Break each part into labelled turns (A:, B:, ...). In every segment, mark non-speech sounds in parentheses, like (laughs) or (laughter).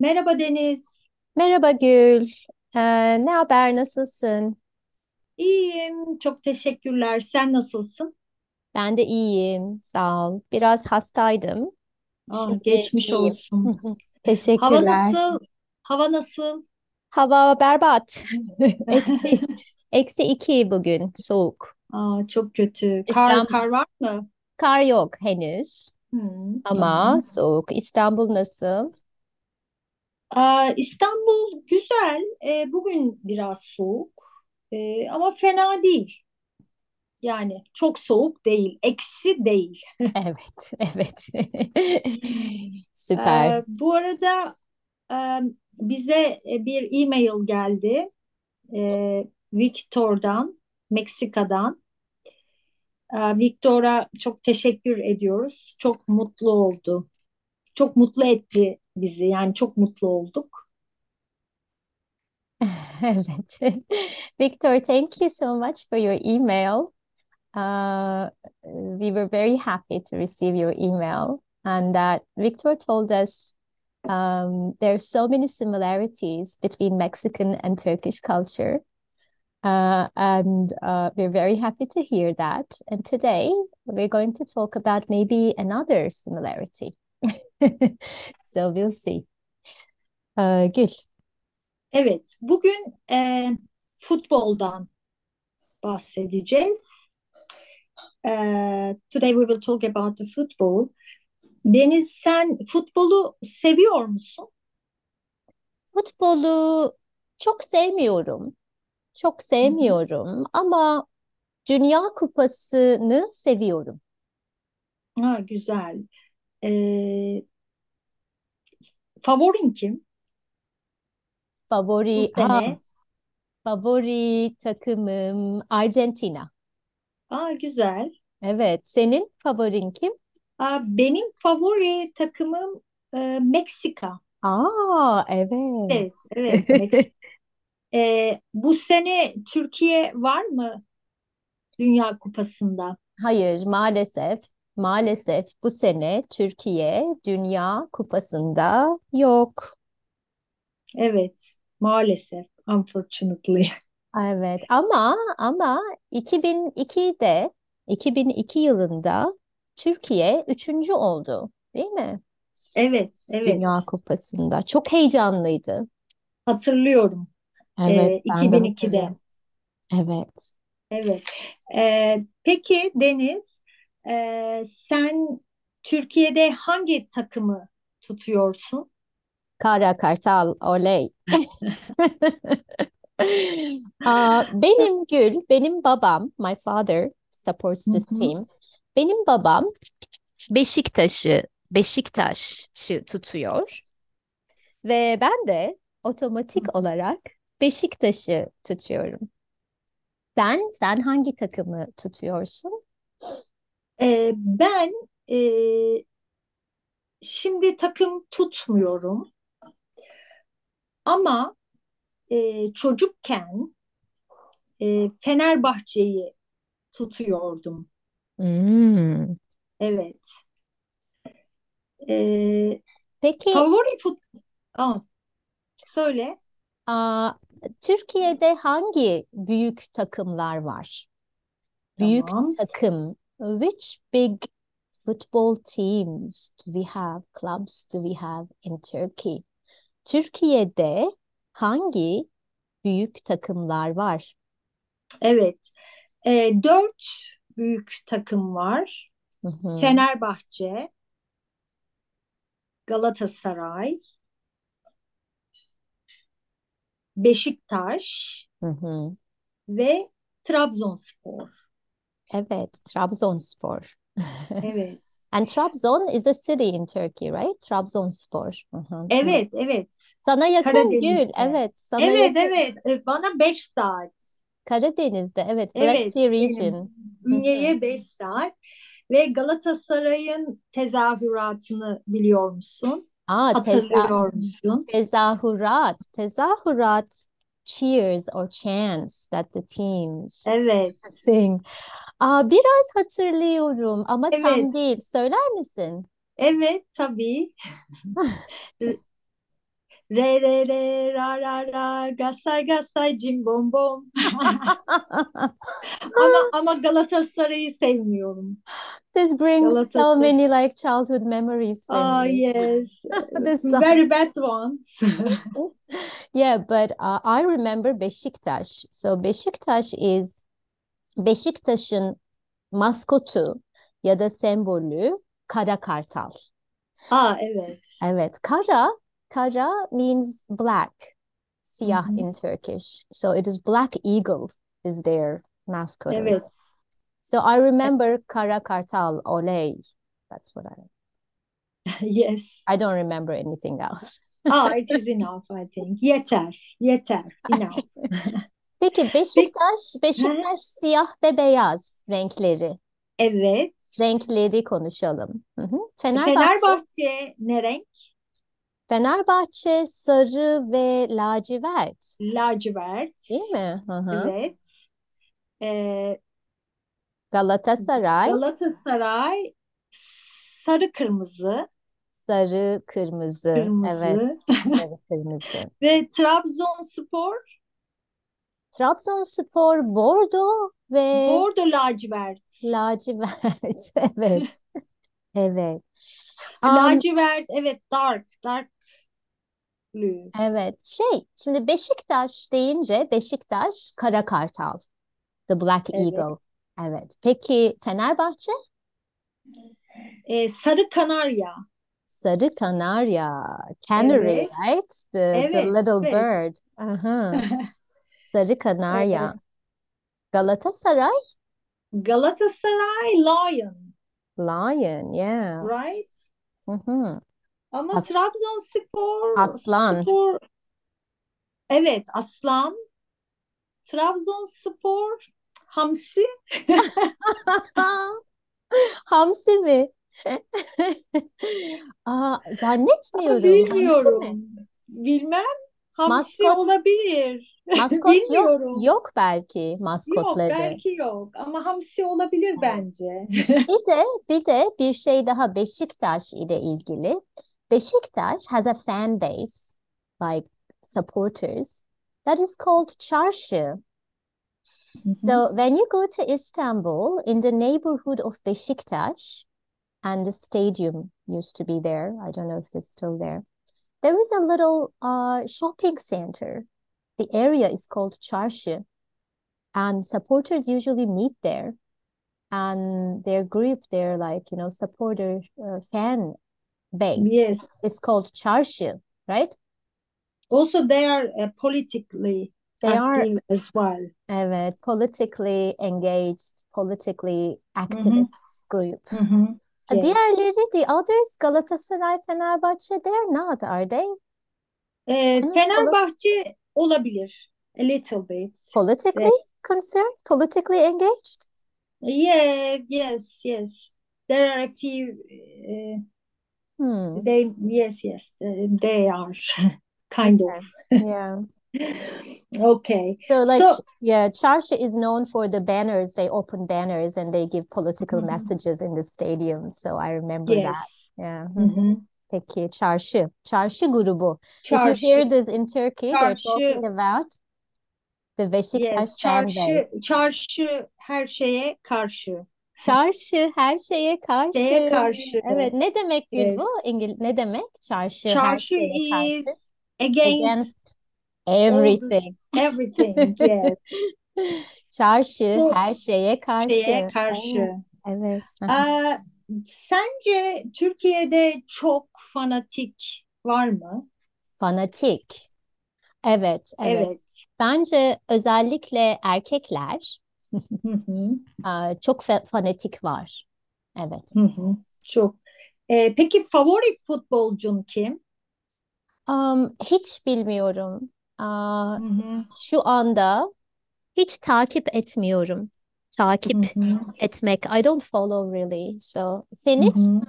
A: Merhaba Deniz.
B: Merhaba Gül. Ee, ne haber, nasılsın?
A: İyiyim. Çok teşekkürler. Sen nasılsın?
B: Ben de iyiyim, sağ ol. Biraz hastaydım,
A: Ah,
B: şimdi
A: geçmiş
B: Oh, iyiyim. (laughs)
A: olsun. Hava
B: Teşekkürler.
A: nasıl? Hava nasıl? (laughs)
B: Hava berbat. Eksi, eksi iki bugün, soğuk.
A: Aa, çok kötü. Kar,
B: İstanbul,
A: kar var mı?
B: kar yok henüz
A: Hmm,
B: ama
A: tamam.
B: soğuk.
A: (laughs)
B: İstanbul nasıl?
A: Aa, İstanbul güzel. Ee, bugün biraz soğuk. Ee, ama fena değil. Yani çok soğuk değil. Eksi
B: (laughs)
A: değil.
B: Evet, evet. (laughs) Süper.
A: Ee, bu arada e, bize e, bir e-mail geldi. Ee, Victor'dan, Meksika'dan. Ee, Victor'a çok teşekkür ediyoruz. Çok mutlu oldu. Çok mutlu etti bizi. Yani çok mutlu olduk.
B: (laughs) Evet. Victor, thank you so much for your email. Uh, we were very happy to receive your email, and that Victor told us um, there are so many similarities between Mexican and Turkish culture, uh, and uh, we're very happy to hear that. And today we're going to talk about maybe another similarity. (laughs) So we'll see. Uh, Gül,
A: Evet, bugün e, futboldan bahsedeceğiz. Ee, today we will talk about the football. Deniz, sen futbolu seviyor musun?
B: futbolu çok sevmiyorum. Çok
A: Hı hı.
B: sevmiyorum ama Dünya Kupası'nı seviyorum.
A: Ha, güzel. Ee, favorin kim bu
B: Favori, E, ha,
A: sene?
B: favori takımım Arjantina.
A: Aa, güzel.
B: Evet, senin favorin kim?
A: Aa, benim favori takımım e, Meksika.
B: Aa, evet.
A: Evet, evet (laughs)
B: (laughs)
A: Meksika. Ee, bu sene Türkiye var mı Dünya Kupası'nda?
B: Hayır, maalesef, maalesef bu sene Türkiye Dünya Kupası'nda yok.
A: Evet, maalesef, unfortunately. (laughs)
B: Evet, ama ama 2002'de, 2002 yılında Türkiye üçüncü oldu, değil mi?
A: Evet,
B: Dünya
A: evet,
B: Kupası'nda. Çok heyecanlıydı.
A: hatırlıyorum.
B: Evet,
A: E,
B: ben de
A: 2002'de.
B: hatırlıyorum. Evet.
A: Evet. E, peki Deniz, e, sen Türkiye'de hangi takımı tutuyorsun?
B: Kara Kartal,
A: (laughs)
B: oley. Aa, benim Gül, benim babam, my father supports
A: Hı
B: this
A: hı.
B: team. Benim babam Beşiktaş'ı, Beşiktaş'ı tutuyor ve ben de otomatik olarak Beşiktaş'ı tutuyorum. Sen, sen hangi takımı tutuyorsun?
A: E, ben e, Şimdi takım tutmuyorum ama e, çocukken e, Fenerbahçe'yi tutuyordum.
B: Hmm.
A: Evet. E,
B: Peki,
A: favori fut... Aa, söyle.
B: aa, Türkiye'de hangi büyük takımlar var? Büyük
A: Tamam.
B: takım. Which big football teams do we have? Clubs do we have in Turkey? Türkiye'de hangi büyük takımlar var?
A: Evet. E, dört büyük takım var.
B: Hı hı.
A: Fenerbahçe, Galatasaray, Beşiktaş
B: Hı hı.
A: ve
B: (laughs)
A: Trabzonspor.
B: Evet, Trabzonspor.
A: Evet.
B: And Trabzon is a city in Turkey, right? Trabzonspor. Hı hı. Evet.
A: Evet, evet.
B: Sana yakın Gül.
A: Karadeniz'de.
B: Evet, sana
A: Evet,
B: yakın.
A: evet. E, Bana 5 saat.
B: Karadeniz'de. Evet, Black
A: Evet,
B: Sea
A: benim
B: region. Hı hı.
A: bünyeye 5 saat. Ve Galatasaray'ın tezahüratını biliyor musun?
B: Aa, teza
A: Hatırlıyor musun?
B: Tezahürat, tezahürat cheers or chants that the teams
A: Evet,
B: sing. Aa, biraz hatırlıyorum ama
A: evet, (laughs)
B: tam değil. Söyler misin?
A: evet tabii. Re re re ra ra ra gasay gasay cim bom (laughs) bom. Ama ama Galatasaray'ı sevmiyorum.
B: This brings so
A: Galatasaray.
B: many like childhood memories for
A: Ah
B: me.
A: yes.
B: (laughs) This song.
A: Very bad (laughs) ones.
B: Yeah, but uh, I remember Beşiktaş. So Beşiktaş is Beşiktaş'ın maskotu ya da sembolü kara
A: Aa
B: kartal.
A: Ah, evet.
B: Evet, kara, kara means black,
A: Hı
B: siyah
A: hı.
B: in Turkish. So it is black eagle is their mascot.
A: Evet. (laughs)
B: So I remember kara kartal, oley. That's what I
A: Yes.
B: I don't remember anything else.
A: Aa it is enough I think. Yeter. Yeter. (laughs) Enough.
B: Peki
A: Peki.
B: Beşiktaş,
A: Hı?
B: Beşiktaş siyah ve beyaz renkleri.
A: Evet.
B: Renkleri konuşalım. Hı hı. Fenerbahçe,
A: Fenerbahçe ne renk?
B: Fenerbahçe sarı ve lacivert,
A: Lacivert.
B: değil mi? Hı hı.
A: Evet. Ee,
B: Galatasaray
A: Galatasaray sarı kırmızı.
B: sarı kırmızı. Evet,
A: Kırmızı.
B: sarı kırmızı.
A: Ve Trabzonspor
B: Trabzonspor bordo ve
A: bordo lacivert.
B: lacivert. (laughs) Evet, evet. Um,
A: E, Lacivert evet dark, dark blue.
B: Evet, şey, şimdi Beşiktaş deyince Beşiktaş Kara Kartal, The Black
A: Evet.
B: Eagle. Evet. Peki Fenerbahçe?
A: Ee, sarı kanarya.
B: Sarı Kanarya, Canary,
A: Evet.
B: right? The the
A: Evet.
B: little
A: Evet.
B: bird.
A: (laughs)
B: Aha. Sarı Kanarya.
A: Evet.
B: Galatasaray,
A: Galatasaray lion,
B: Lion, yeah.
A: right?
B: Mhm.
A: Ama
B: As
A: Trabzonspor
B: aslan,
A: spor evet aslan. Trabzonspor hamsi.
B: Hamsi
A: (laughs)
B: mi? Aa,
A: Ama
B: zannetmiyorum. Hamsi mi?
A: bilmiyorum. Bilmem. Hamsi
B: Maskot
A: olabilir.
B: Maskot yok
A: Bilmiyorum.
B: yok belki
A: Yok
B: maskotları.
A: belki yok ama hamsi olabilir
B: Evet.
A: bence.
B: Bir de bir de bir şey daha Beşiktaş ile ilgili. Beşiktaş has a fan base like supporters that is called çarşı.
A: Hı hı.
B: (laughs) So when you go to Istanbul in the neighborhood of Beşiktaş and the stadium used to be there. I don't know if it's still there. There is a little uh, shopping center. The area is called çarşı and supporters usually meet there. and their group, their like you know supporter uh, fan base
A: Yes.
B: is called Charshi, right?
A: Also they are uh, politically
B: They are
A: active as well.
B: evet, politically engaged, politically
A: Hı hı.
B: activist group.
A: Hı hı.
B: Uh,
A: Yes.
B: Diğerleri, the others, Galatasaray, Fenerbahçe, they are not, are they?
A: Ee,
B: Hani poli-
A: Fenerbahçe olabilir. A little bit.
B: politically
A: Ve-
B: concerned, politically engaged?
A: Yeah, yes, yes. There are a few uh, (laughs)
B: Hmm.
A: they yes, yes, uh, they are (laughs) kind of.
B: Okay. Yeah.
A: Okay.
B: So, like,
A: So,
B: ch- yeah, Charsha is known for the banners. They open banners and they give political
A: Mhm.
B: messages in the stadium. So I remember that.
A: yes. Mm-hmm.
B: Yeah.
A: Hı
B: mhm.
A: hı.
B: Peki, çarşı, çarşı grubu. If you
A: Mm-hmm. Çarşı,
B: hear this in Turkey, they're
A: çarşı,
B: talking about the Beşiktaş
A: yes,
B: fan base.
A: çarşı, çarşı her şeye karşı.
B: Çarşı her şeye
A: Şeye
B: karşı.
A: karşı.
B: Evet, ne demek Gül bu?
A: Yes.
B: İngil ne demek? Çarşı her
A: Çarşı
B: şeye karşı.
A: is şey against (laughs)
B: Against
A: all the
B: everything.
A: everything. Yes.
B: Çarşı
A: So
B: her şeye
A: şeye
B: karşı.
A: karşı.
B: Evet, evet. Aha.
A: Aa, sence Türkiye'de çok fanatik var mı?
B: Fanatik. Evet, evet.
A: Evet.
B: Bence özellikle erkekler
A: Hı hı.
B: aa, çok fa- fanatik var. Evet.
A: Hı hı. Çok. Ee, peki favori futbolcun kim?
B: Am, hiç bilmiyorum. Aa,
A: Hı hı.
B: şu anda hiç takip etmiyorum.
A: Hı
B: Takip
A: hı.
B: etmek. I don't follow really. So
A: Hı
B: senin?
A: hı.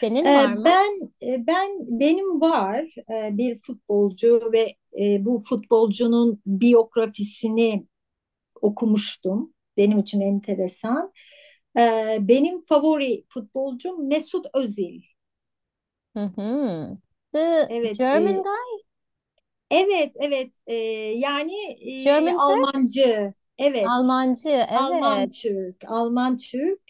B: Senin var
A: Ee,
B: mı?
A: Ben e, ben benim var e, bir futbolcu ve e, bu futbolcunun biyografisini okumuştum. Benim için enteresan. Ee, Benim favori futbolcum Mesut Özil.
B: Hı hı. The
A: Evet,
B: German
A: e,
B: guy?
A: Evet, evet. Ee, yani e,
B: German Türk,
A: Almancı. Evet.
B: Almancı,
A: Alman
B: evet.
A: Türk, Alman Türk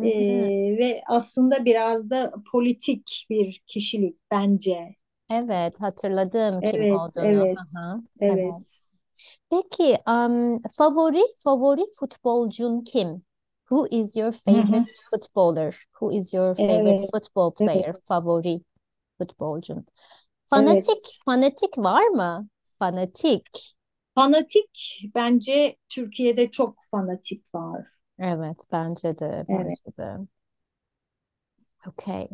B: Hı
A: e,
B: hı.
A: ve aslında biraz da politik bir kişilik bence.
B: Evet, hatırladım kim
A: Evet,
B: olduğunu. Hı
A: evet,
B: hı. Evet.
A: evet.
B: Peki, um, favori favori futbolcun kim? Who is your
A: Hı hı.
B: favorite footballer? Who is your favorite
A: Evet,
B: football
A: evet,
B: player? Favori futbolcun. Fanatik,
A: evet.
B: fanatik var mı? Fanatik.
A: Fanatik bence Türkiye'de çok fanatik var.
B: Evet, bence de,
A: Evet.
B: bence de. Okay.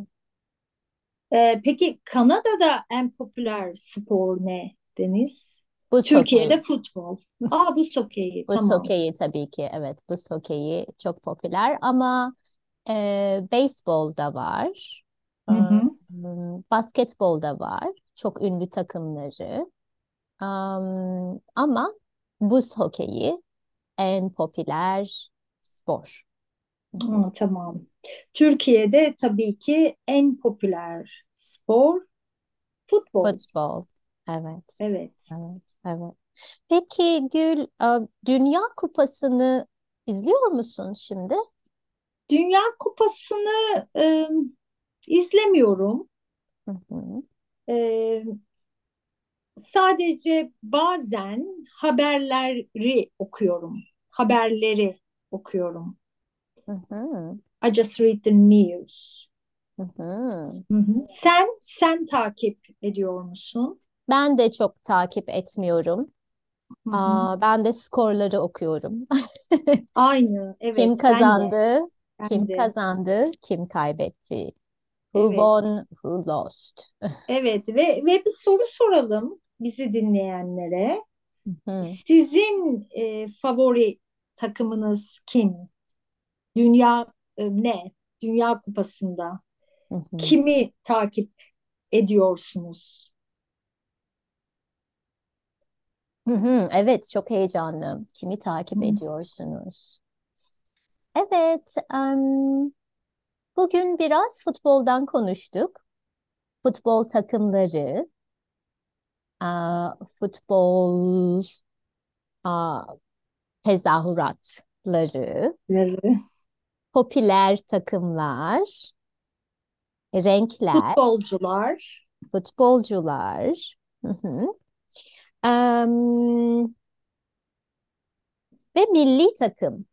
A: Ee, peki Kanada'da en popüler spor ne Deniz?
B: Buz hokeyi.
A: Türkiye'de futbol. Aa buz hokeyi
B: Buz
A: tamam.
B: hokeyi tabii ki. Evet, buz hokeyi çok popüler ama e, beyzbol da var.
A: Hı hı.
B: Um, basketbol da var. Çok ünlü takımları. Um, ama buz hokeyi en popüler spor. Hı hı.
A: Hı, tamam. Türkiye'de tabii ki en popüler spor futbol.
B: Futbol. Evet.
A: Evet.
B: Evet. Evet. Peki Gül, e, Dünya Kupası'nı izliyor musun şimdi?
A: Dünya Kupası'nı e, izlemiyorum.
B: Hı hı.
A: E, sadece bazen haberleri okuyorum. Haberleri okuyorum.
B: Hı hı.
A: I just read the news.
B: Hı hı.
A: Hı hı. Sen sen takip ediyor musun?
B: Ben de çok takip etmiyorum.
A: Hı hı.
B: Aa, ben de skorları okuyorum. (laughs)
A: Aynı.
B: Kim
A: Evet, ben de.
B: kazandı,
A: Ben
B: kim
A: de.
B: kazandı, kim kaybetti. Who
A: Evet.
B: won, who lost.
A: Evet ve ve bir soru soralım bizi dinleyenlere.
B: Hı.
A: Sizin e, favori takımınız kim? Dünya e, ne? Dünya Kupası'nda
B: Hı hı.
A: kimi takip ediyorsunuz?
B: Hı hı. Evet, çok heyecanlı. Kimi
A: Hı
B: takip ediyorsunuz? Evet, em, bugün biraz futboldan konuştuk. Futbol takımları, aa, futbol aa, tezahüratları,
A: hı.
B: popüler takımlar, renkler,
A: Futbolcular.
B: futbolcular. Hı hı. Em, ve milli takım.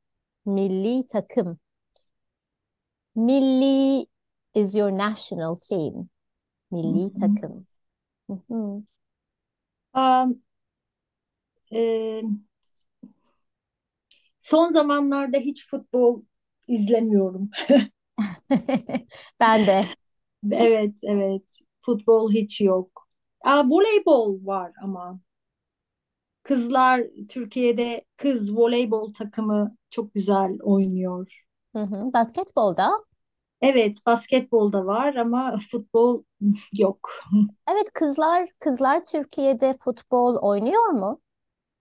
B: Milli takım. Milli is your national team.
A: Hı
B: Milli
A: hı.
B: takım. Hı hı. (laughs)
A: Am, e, son zamanlarda hiç futbol izlemiyorum.
B: Ben de.
A: Evet, evet. Futbol hiç yok. Aa, voleybol var ama. Kızlar Türkiye'de kız voleybol takımı çok güzel oynuyor.
B: Hı hı. Basketbolda.
A: Evet, basketbol da var ama futbol yok.
B: Evet kızlar kızlar Türkiye'de futbol oynuyor mu?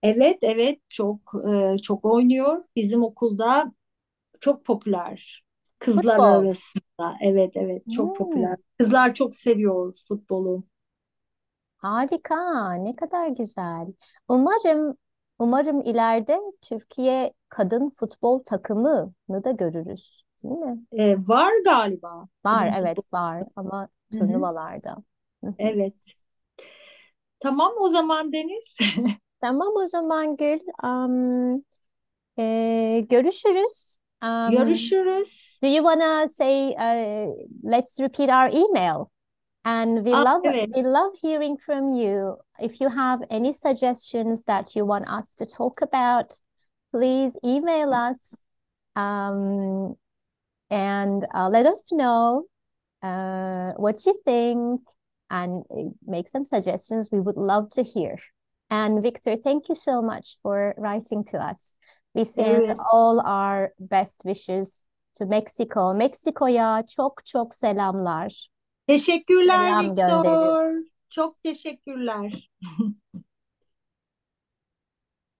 A: Evet, evet çok e, çok oynuyor. Bizim okulda çok popüler. Kızlar
B: Futbol.
A: arasında. Evet, evet çok popüler.
B: Hmm,
A: Kızlar çok seviyor futbolu.
B: harika. Ne kadar güzel. Umarım umarım ileride Türkiye kadın futbol takımını da görürüz. Değil mi?
A: E, var galiba kadın
B: Var
A: futbol.
B: evet var ama
A: Hı hı.
B: turnuvalarda. Hı hı.
A: Evet. Tamam o zaman Deniz. (laughs)
B: Tamam o zaman Gül. Um, eh, görüşürüz. Um,
A: Görüşürüz.
B: do you wanna say uh, let's repeat our email? And we
A: Aa,
B: love we
A: evet.
B: love hearing from you. If you have any suggestions that you want us to talk about, please email us um, and uh, let us know uh, what you think and uh, make some suggestions. We would love to hear. And Victor, thank you so much for writing to us. We send
A: Evet.
B: all our best wishes to Mexico. Meksiko'ya çok çok selamlar.
A: Teşekkürler
B: Selam
A: Viktor.
B: göndeririz.
A: Çok teşekkürler.